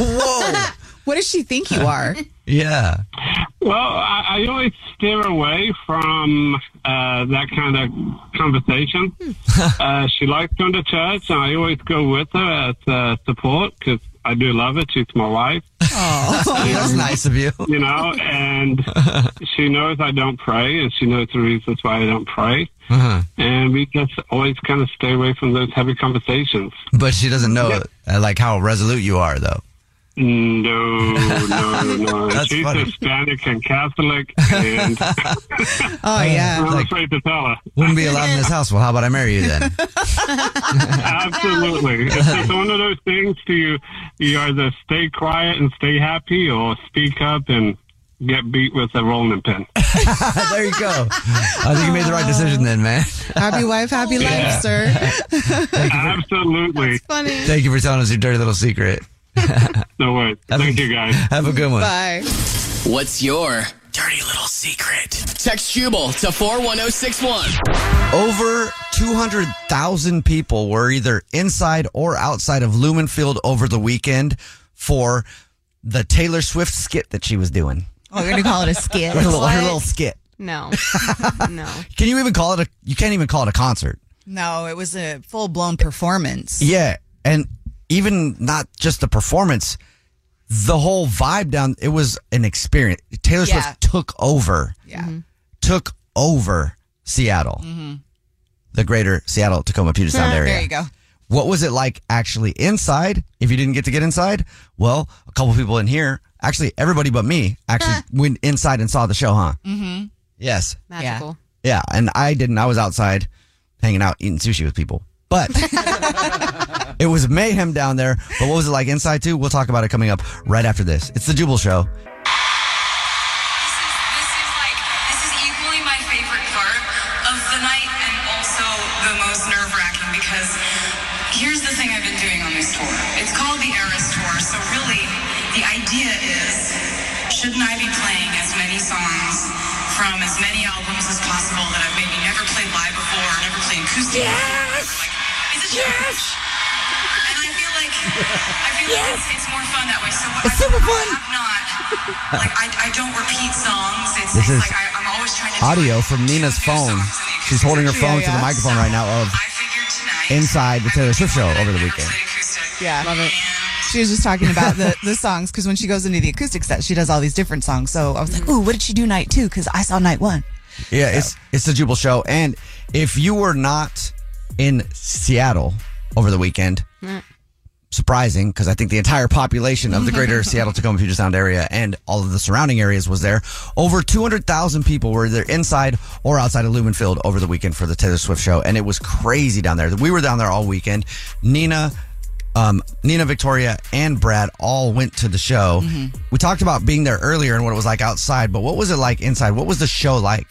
C: Whoa! what does she think you are?
F: Yeah.
P: Well, I, I always steer away from uh, that kind of conversation. uh, she likes going to church, and I always go with her as uh, support because I do love her. She's my wife.
F: Oh, that's nice of you.
P: You know, and she knows I don't pray, and she knows the reasons why I don't pray.
F: Uh-huh.
C: Mm-hmm.
P: And we just always kind of stay away from those heavy conversations.
F: But she doesn't know uh, like how resolute you are, though.
P: No, Oh, no, no.
F: That's
P: She's
F: funny.
P: Hispanic and Catholic, and
C: oh yeah,
P: I'm
F: Like-
P: afraid to tell her.
F: Wouldn't be allowed in this house. Well, how about I marry you then?
P: Absolutely. It's just one of those things to you you either stay quiet and stay happy or speak up and get beat with a rolling pin.
F: there you go. I think you made the right decision then, man.
C: happy wife, happy
P: Yeah.
C: life, sir.
P: Absolutely.
C: funny.
F: Thank you for telling us your dirty little secret.
P: no worries. Thank you, guys.
F: Have a good one.
C: Bye.
M: What's your dirty little secret? Text Jubal to 41061.
F: Over 200,000 people were either inside or outside of Lumenfield over the weekend for the Taylor Swift skit that she was doing.
C: Oh, we're gonna call it a skit.
F: Her little, her
C: What?
F: little skit.
G: No. no.
F: Can you even call it a? You can't even call it a concert.
C: No, it was a full blown performance.
F: Yeah, and even not just the performance, the whole vibe down. It was an experience. Taylor
C: Yeah.
F: Swift took over.
C: Yeah. Mm. Mm-hmm.
F: took over Seattle, the greater Seattle Tacoma Puget Sound area.
C: Ah, There you go.
F: What was it like actually inside? If you didn't get to get inside, well, a couple people in here, actually everybody but me, actually went inside and saw the show, huh?
G: Mm-hmm.
F: Yes.
G: Magical.
F: Yeah, and I didn't. I was outside hanging out eating sushi with people. But it was mayhem down there. But what was it like inside too? We'll talk about it coming up right after this. It's the Jubal Show.
Q: This is equally my favorite part of the night and also the most nerve wracking because here's the thing I've been doing on this tour. It's called the Eras Tour, so really the idea is shouldn't I be playing as many songs from as many albums as possible that I've maybe never played live before or never played acoustic before? Like, is it yes! And I feel like I feel like it's, it's more fun that way. So what
F: It's
Q: I
F: super fun.
Q: have not like I, I don't repeat songs. It's,
F: This
Q: it's
F: is
Q: like I, I'm always trying to.
F: audio from Nina's phone. She's holding her phone to the microphone right now of inside the Taylor Swift show over the weekend.
C: Yeah. Love it. She was just talking about the, the songs because when she goes into the acoustic set, she does all these different songs. So I was like, ooh, what did she do night two? Because I saw night one.
F: Yeah, it's it's the Jubal show. And if you were not in Seattle over the weekend, surprising because I think the entire population of the greater Seattle Tacoma Puget Sound area and all of the surrounding areas was there. Over 200,000 people were either inside or outside of Lumen Field over the weekend for the Taylor Swift show. And it was crazy down there. We were down there all weekend. Nina, um, Nina, Victoria, and Brad all went to the show.
O: Mhm.
F: We talked about being there earlier and what it was like outside, but what was it like inside? What was the show like?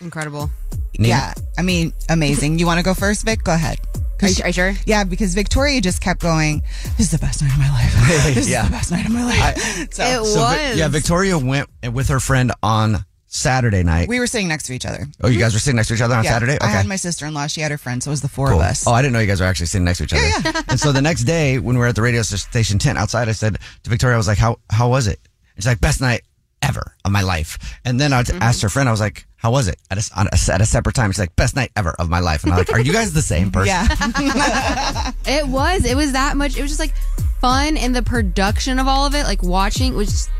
C: Incredible.
F: Nina?
C: Yeah. I mean, amazing. You want to go first, Vic? Go ahead. Are you, sure? Yeah, because Victoria just kept going, this is the best night of my life. This
F: Yeah.
C: is the best night of my life. so,
F: So, Vi- yeah, Victoria went with her friend on Saturday night.
C: We were sitting next to each other.
F: oh, you guys were sitting next to each other on
C: Yeah.
F: Saturday?
C: I had my sister in law. She had her friend. So it was the four
F: Cool.
C: of us.
F: Oh, I didn't know you guys were actually sitting next to each other. Yeah, yeah. and so the next day, when we were at the radio station tent outside, I said to Victoria, I was like, "How how was it?" And she's like, "Best night ever of my life." And then I
C: Mm-hmm.
F: asked her friend, I was like, "How was it?" At a, s- on a, at a separate time, she's like, "Best night ever of my life." And I'm like, "Are you guys the same person?"
G: Yeah. it was. It was that much. It was just like fun and the production of all of it, like watching was just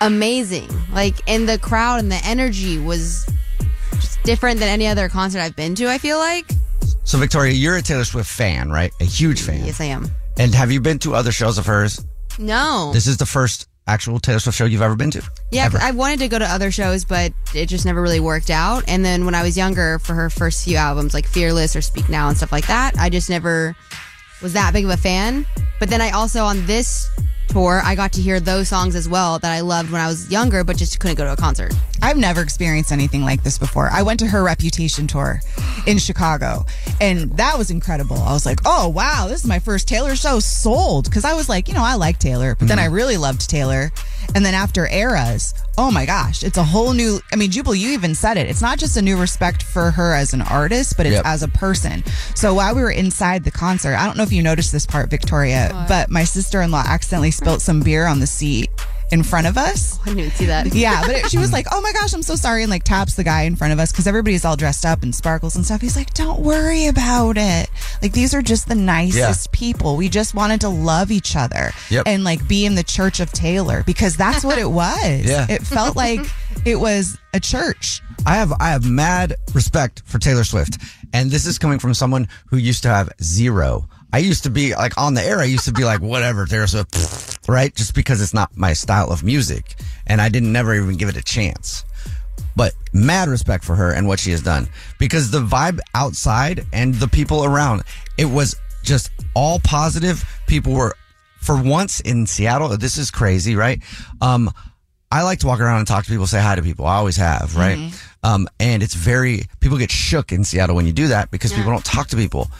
G: amazing. Like and the crowd and the energy was just different than any other concert I've been to, I feel like.
F: So Victoria, you're a Taylor Swift fan, right? A huge fan.
G: Yes, I am.
F: And have you been to other shows of hers?
G: No.
F: This is the first actual Taylor Swift show you've ever been to.
G: Yeah, 'cause
F: Ever.
G: I wanted to go to other shows, but it just never really worked out. And then when I was younger, for her first few albums, like Fearless or Speak Now and stuff like that, I just never was that big of a fan. But then I also, on this tour, I got to hear those songs as well that I loved when I was younger, but just couldn't go to a concert.
C: I've never experienced anything like this before. I went to her Reputation tour in Chicago, and that was incredible. I was like, oh, wow, this is my first Taylor show sold. Because I was like, you know, I like Taylor, but then I really loved Taylor. And then after Eras, oh my gosh, it's a whole new. I mean, Jubal, you even said it. It's not just a new respect for her as an artist, but it's
R: Yep.
C: as a person. So while we were inside the concert, I don't know if you noticed this part, Victoria, but my sister in law accidentally spilt some beer on the seat in front of us.
G: I didn't even see that.
C: Yeah, but it, she was like, "Oh my gosh, I'm so sorry," and like taps the guy in front of us because everybody's all dressed up and sparkles and stuff. He's like, "Don't worry about it. Like these are just the nicest people. We just wanted to love each other
R: Yep.
C: and like be in the church of Taylor because that's what it was.
F: Yeah.
C: it felt like it was a church.
F: I have I have mad respect for Taylor Swift, and this is coming from someone who used to have zero. I used to be like on the air. I used to be like whatever Taylor Swift, right? Just because it's not my style of music, and I didn't never even give it a chance. But mad respect for her and what she has done because the vibe outside and the people around it was just all positive. People were for once in Seattle. This is crazy, right? Um, I like to walk around and talk to people, say hi to people. I always have, right?
O: Mhm.
F: Um, and it's very, people get shook in Seattle when you do that because people don't talk to people.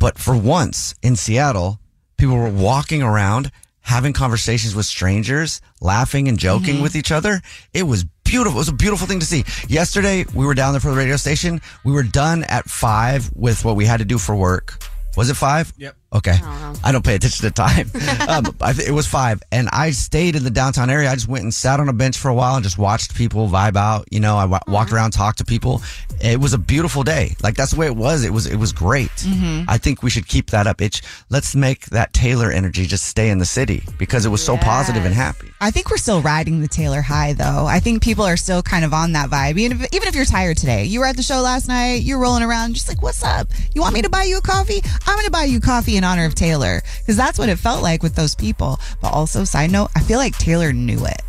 F: But for once in Seattle, people were walking around, having conversations with strangers, laughing and joking
O: Mhm.
F: with each other. It was beautiful. It was a beautiful thing to see. Yesterday, we were down there for the radio station. We were done at five with what we had to do for work. Was it five?
O: Yep.
F: Okay. I don't, pay attention to time. um, I th- it was five, and I stayed in the downtown area. I just went and sat on a bench for a while and just watched people vibe out. You know, I wa- walked
C: Mm-hmm.
F: around, talked to people. It was a beautiful day. Like that's the way it was. It was it was great.
C: Mm-hmm.
O: Mhm.
F: I think we should keep that up. It's let's make that Taylor energy just stay in the city because it was so positive and happy.
C: I think we're still riding the Taylor high, though. I think people are still kind of on that vibe. Even if, even if you're tired today, you were at the show last night, you're rolling around, just like, what's up? You want me to buy you a coffee? I'm going to buy you coffee in honor of Taylor. Because that's what it felt like with those people. But also, side note, I feel like Taylor knew it.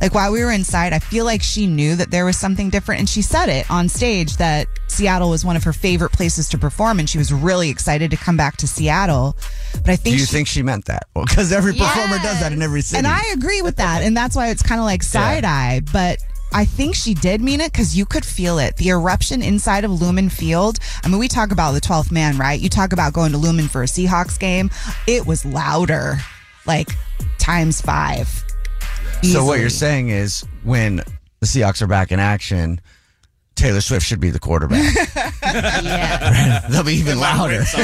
C: Like while we were inside, I feel like she knew that there was something different. And she said it on stage that Seattle was one of her favorite places to perform. And she was really excited to come back to Seattle. But I
F: Do
C: think
F: you
C: she-
F: think she meant that? Well, because every
C: Yes.
F: performer does that in every city.
C: and I agree with that. And that's why it's kind of like side eye. But I think she did mean it because you could feel it. The eruption inside of Lumen Field. I mean, we talk about the 12th man, right? You talk about going to Lumen for a Seahawks game. It was louder, like times five.
F: So what
C: Easily.
F: you're saying is when the Seahawks are back in action, Taylor Swift should be the quarterback. They'll be even louder.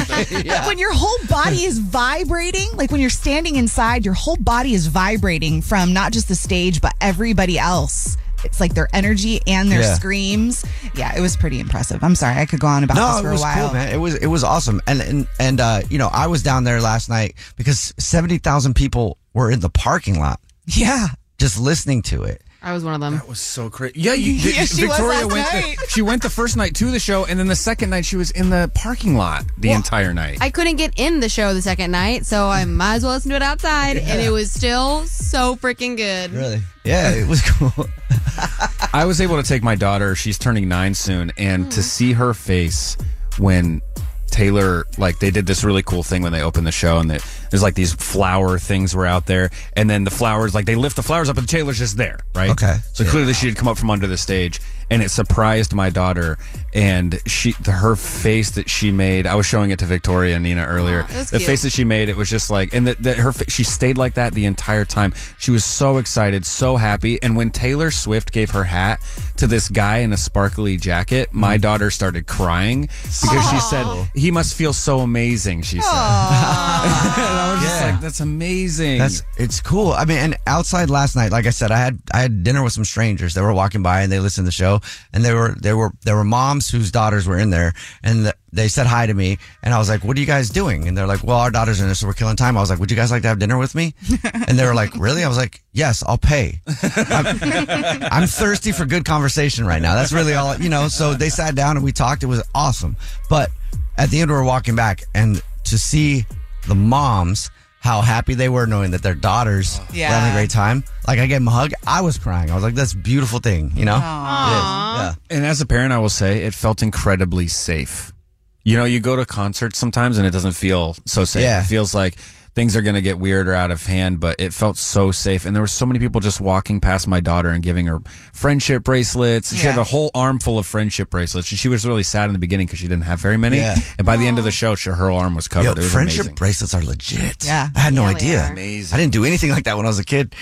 C: When your whole body is vibrating, like when you're standing inside, your whole body is vibrating from not just the stage, but everybody else. It's like their energy and their
F: Yeah.
C: screams. Yeah, it was pretty impressive. I'm sorry, I could go on about
F: no,
C: this
F: it
C: for
F: was
C: a while.
F: cool, man. It was it was awesome, and and and uh, you know, I was down there last night because seventy thousand people were in the parking lot.
C: Yeah,
F: just listening to it.
G: I was one of them.
H: That was so crazy. Yeah, you,
G: Yeah, she was
H: Victoria
G: last
H: went. the-
G: night.
H: she went the first night to the show, and then the second night she was in the parking lot the entire night.
G: I couldn't get in the show the second night, so I might as well listen to it outside, and
H: Yeah.
G: it was still so freaking good.
F: Really? Yeah, it was cool.
H: I was able to take my daughter. She's turning nine soon, and
F: Hmm.
H: to see her face when Taylor, like, they did this really cool thing when they opened the show, and they, there's like these flower things were out there, and then the flowers, like, they lift the flowers up, and Taylor's just there, right?
F: Okay.
H: So clearly she had come up from under the stage, and it surprised my daughter, and she, her face that she made. I was showing it to Victoria and Nina earlier.
O: Aw, that's
H: the
O: cute.
H: face that she made, it was just like, and that that her fa- she stayed like that the entire time. She was so excited, so happy. And when Taylor Swift gave her hat to this guy in a sparkly jacket, my daughter started crying because she said he must feel so amazing. She
C: Oh.
H: said, and I was just like, that's amazing.
F: That's it's cool. I mean, and outside last night, like I said, I had I had dinner with some strangers that were walking by and they listened to the show, and they were there were there were moms whose daughters were in there, and th- they said hi to me, and I was like, "What are you guys doing?" And they're like, "Well, our daughters are in there, so we're killing time." I was like, "Would you guys like to have dinner with me?" and they were like, "Really?" I was like, "Yes, I'll pay." I'm, I'm thirsty for good conversation right now. That's really all you know. So they sat down and we talked. It was awesome, but at the end we were walking back, and to see the moms how happy they were knowing that their daughters
C: Yeah.
F: were having a great time. Like I gave them a hug. I was crying. I was like, "That's a beautiful thing," you know. It is.
H: Uh-huh. And as a parent, I will say it felt incredibly safe. You know, you go to concerts sometimes and it doesn't feel so safe.
F: Yeah.
H: It feels like things are going to get weird or out of hand, but it felt so safe. And there were so many people just walking past my daughter and giving her friendship bracelets. She had
F: Yeah.
H: a whole armful of friendship bracelets. And she was really sad in the beginning because she didn't have very many.
F: Yeah.
H: And by the end of the show, she, her arm was
F: Yeah.
H: covered.
F: Yo,
H: it was
F: friendship
H: amazing.
F: bracelets are legit.
H: Yeah.
F: I had no
H: Yeah, they
F: idea.
H: are. Amazing.
F: I didn't do anything like that when I was a kid.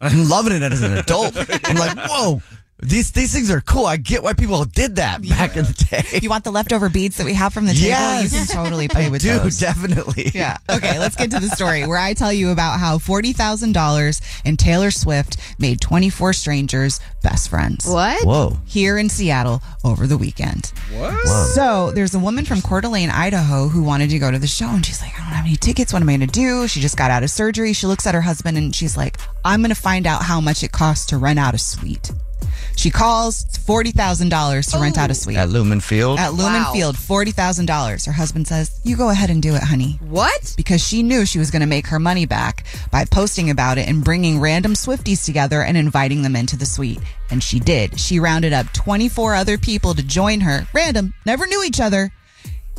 F: I'm loving it as an adult. I'm like, whoa. These, these things are cool. I get why people did that back in the day.
C: You want the leftover beads that we have from the table?
F: Yes.
C: You can totally play with
F: Dude,
C: those.
F: definitely.
C: Yeah. Okay, let's get to the story where I tell you about how $40,000 and Taylor Swift made 24 strangers best friends.
G: What?
F: Whoa.
C: Here in Seattle over the weekend.
H: What?
C: So there's a woman from Coeur d'Alene, Idaho, who wanted to go to the show, and she's like, I don't have any tickets. What am I going to do? She just got out of surgery. She looks at her husband and she's like, I'm going to find out how much it costs to rent out a suite. She calls it's $40,000 to rent out a suite.
F: At Oh. Lumen Field.
C: At Lumen Field, forty thousand dollars. Her husband says, "You go ahead and do it, honey."
G: What?
C: Because she knew she was going to make her money back by posting about it and bringing random Swifties together and inviting them into the suite, and she did. She rounded up twenty-four other people to join her. Random, never knew each other.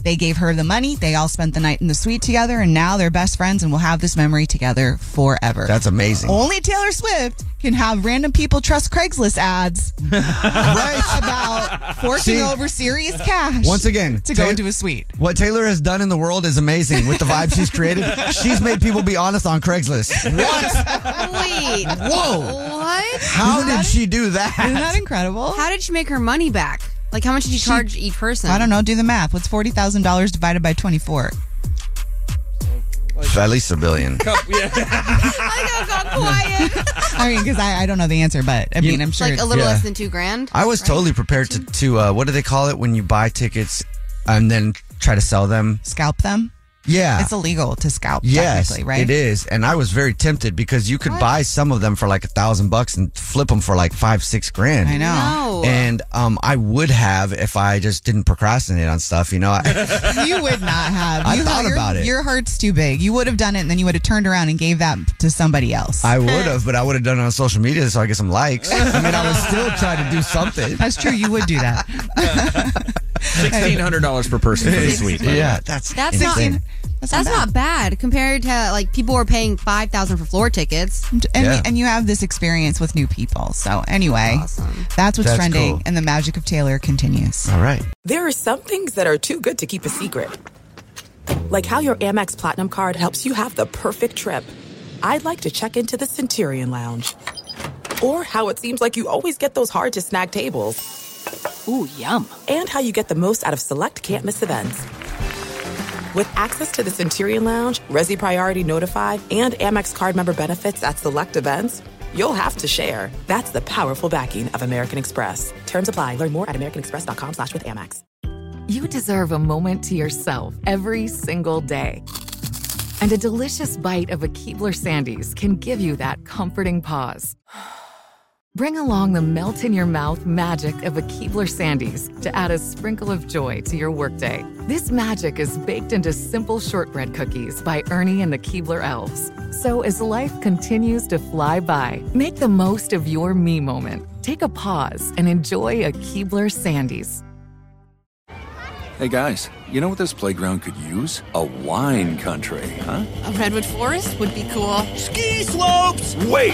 C: They gave her the money. They all spent the night in the suite together, and now they're best friends and will have this memory together forever. Oh,
F: That's amazing.
C: Only Taylor Swift can have random people trust Craigslist ads about forking
F: See?
C: over serious cash.
F: Once again,
C: to go
F: Ta-
C: into a suite.
F: What Taylor has done in the world is amazing with the vibe she's created. She's made people be honest on Craigslist.
G: Wait.
F: Whoa.
G: What?
F: How did she do that?
C: Isn't that incredible?
G: How did she make her money back? Like, how much did she charge each person?
C: I don't know. Do the math. What's forty thousand dollars divided by twenty four?
F: At least a billion.
C: I mean, because I, I don't know the answer, but I mean, I'm sure
G: Like a little
F: Yeah.
G: less than two grand.
F: I was totally prepared to, to uh, what do they call it when you buy tickets and then try to sell them?
C: scalp them.
F: Yeah.
C: it's illegal to scalp.
F: Yes,
C: technically, right?
F: it is, and I was very tempted because you could buy some of them for like a thousand bucks and flip them for like five, six grand.
C: I know. No.
F: and um, I would have if I just didn't procrastinate on stuff. You know, I,
C: you would not have.
F: I
C: You-
F: thought
C: your-
F: about it.
C: Your heart's too big. You would have done it, and then you would have turned around and gave that to somebody else.
F: I would have, but I would have done it on social media so I get some likes. I mean, I was still trying to do something.
C: That's true. You would do that.
H: Sixteen hundred dollars per person for the suite. by the
F: Yeah,
H: way.
F: that's
G: That's not. That's, not, bad. compared to like people were paying five thousand for floor tickets.
C: and, and you have this experience with new people. So anyway, that's, what's
R: That's
C: trending,
R: cool.
C: and the magic of Taylor continues.
F: All right.
R: There are some things that are too good to keep a secret. Like how your Amex Platinum card helps you have the perfect trip. I'd like to check into the Centurion Lounge. Or how it seems like you always get those hard to snag tables. Ooh, yum. And how you get the most out of select can't miss events. With access to the Centurion Lounge, Resi Priority Notify, and Amex card member benefits at select events, you'll have to share. That's the powerful backing of American Express. Terms apply. Learn more at americanexpress.com slash with Amex.
O: You deserve a moment to yourself every single day. And a delicious bite of a Keebler Sandies can give you that comforting pause. Bring along the melt in your mouth magic of a Keebler Sandies to add a sprinkle of joy to your workday. This magic is baked into simple shortbread cookies by Ernie and the Keebler Elves. So as life continues to fly by, make the most of your me moment. Take a pause and enjoy a Keebler Sandies.
B: Hey guys, you know what this playground could use? A wine country, huh?
S: A redwood forest would be cool. Ski
B: slopes! Wait!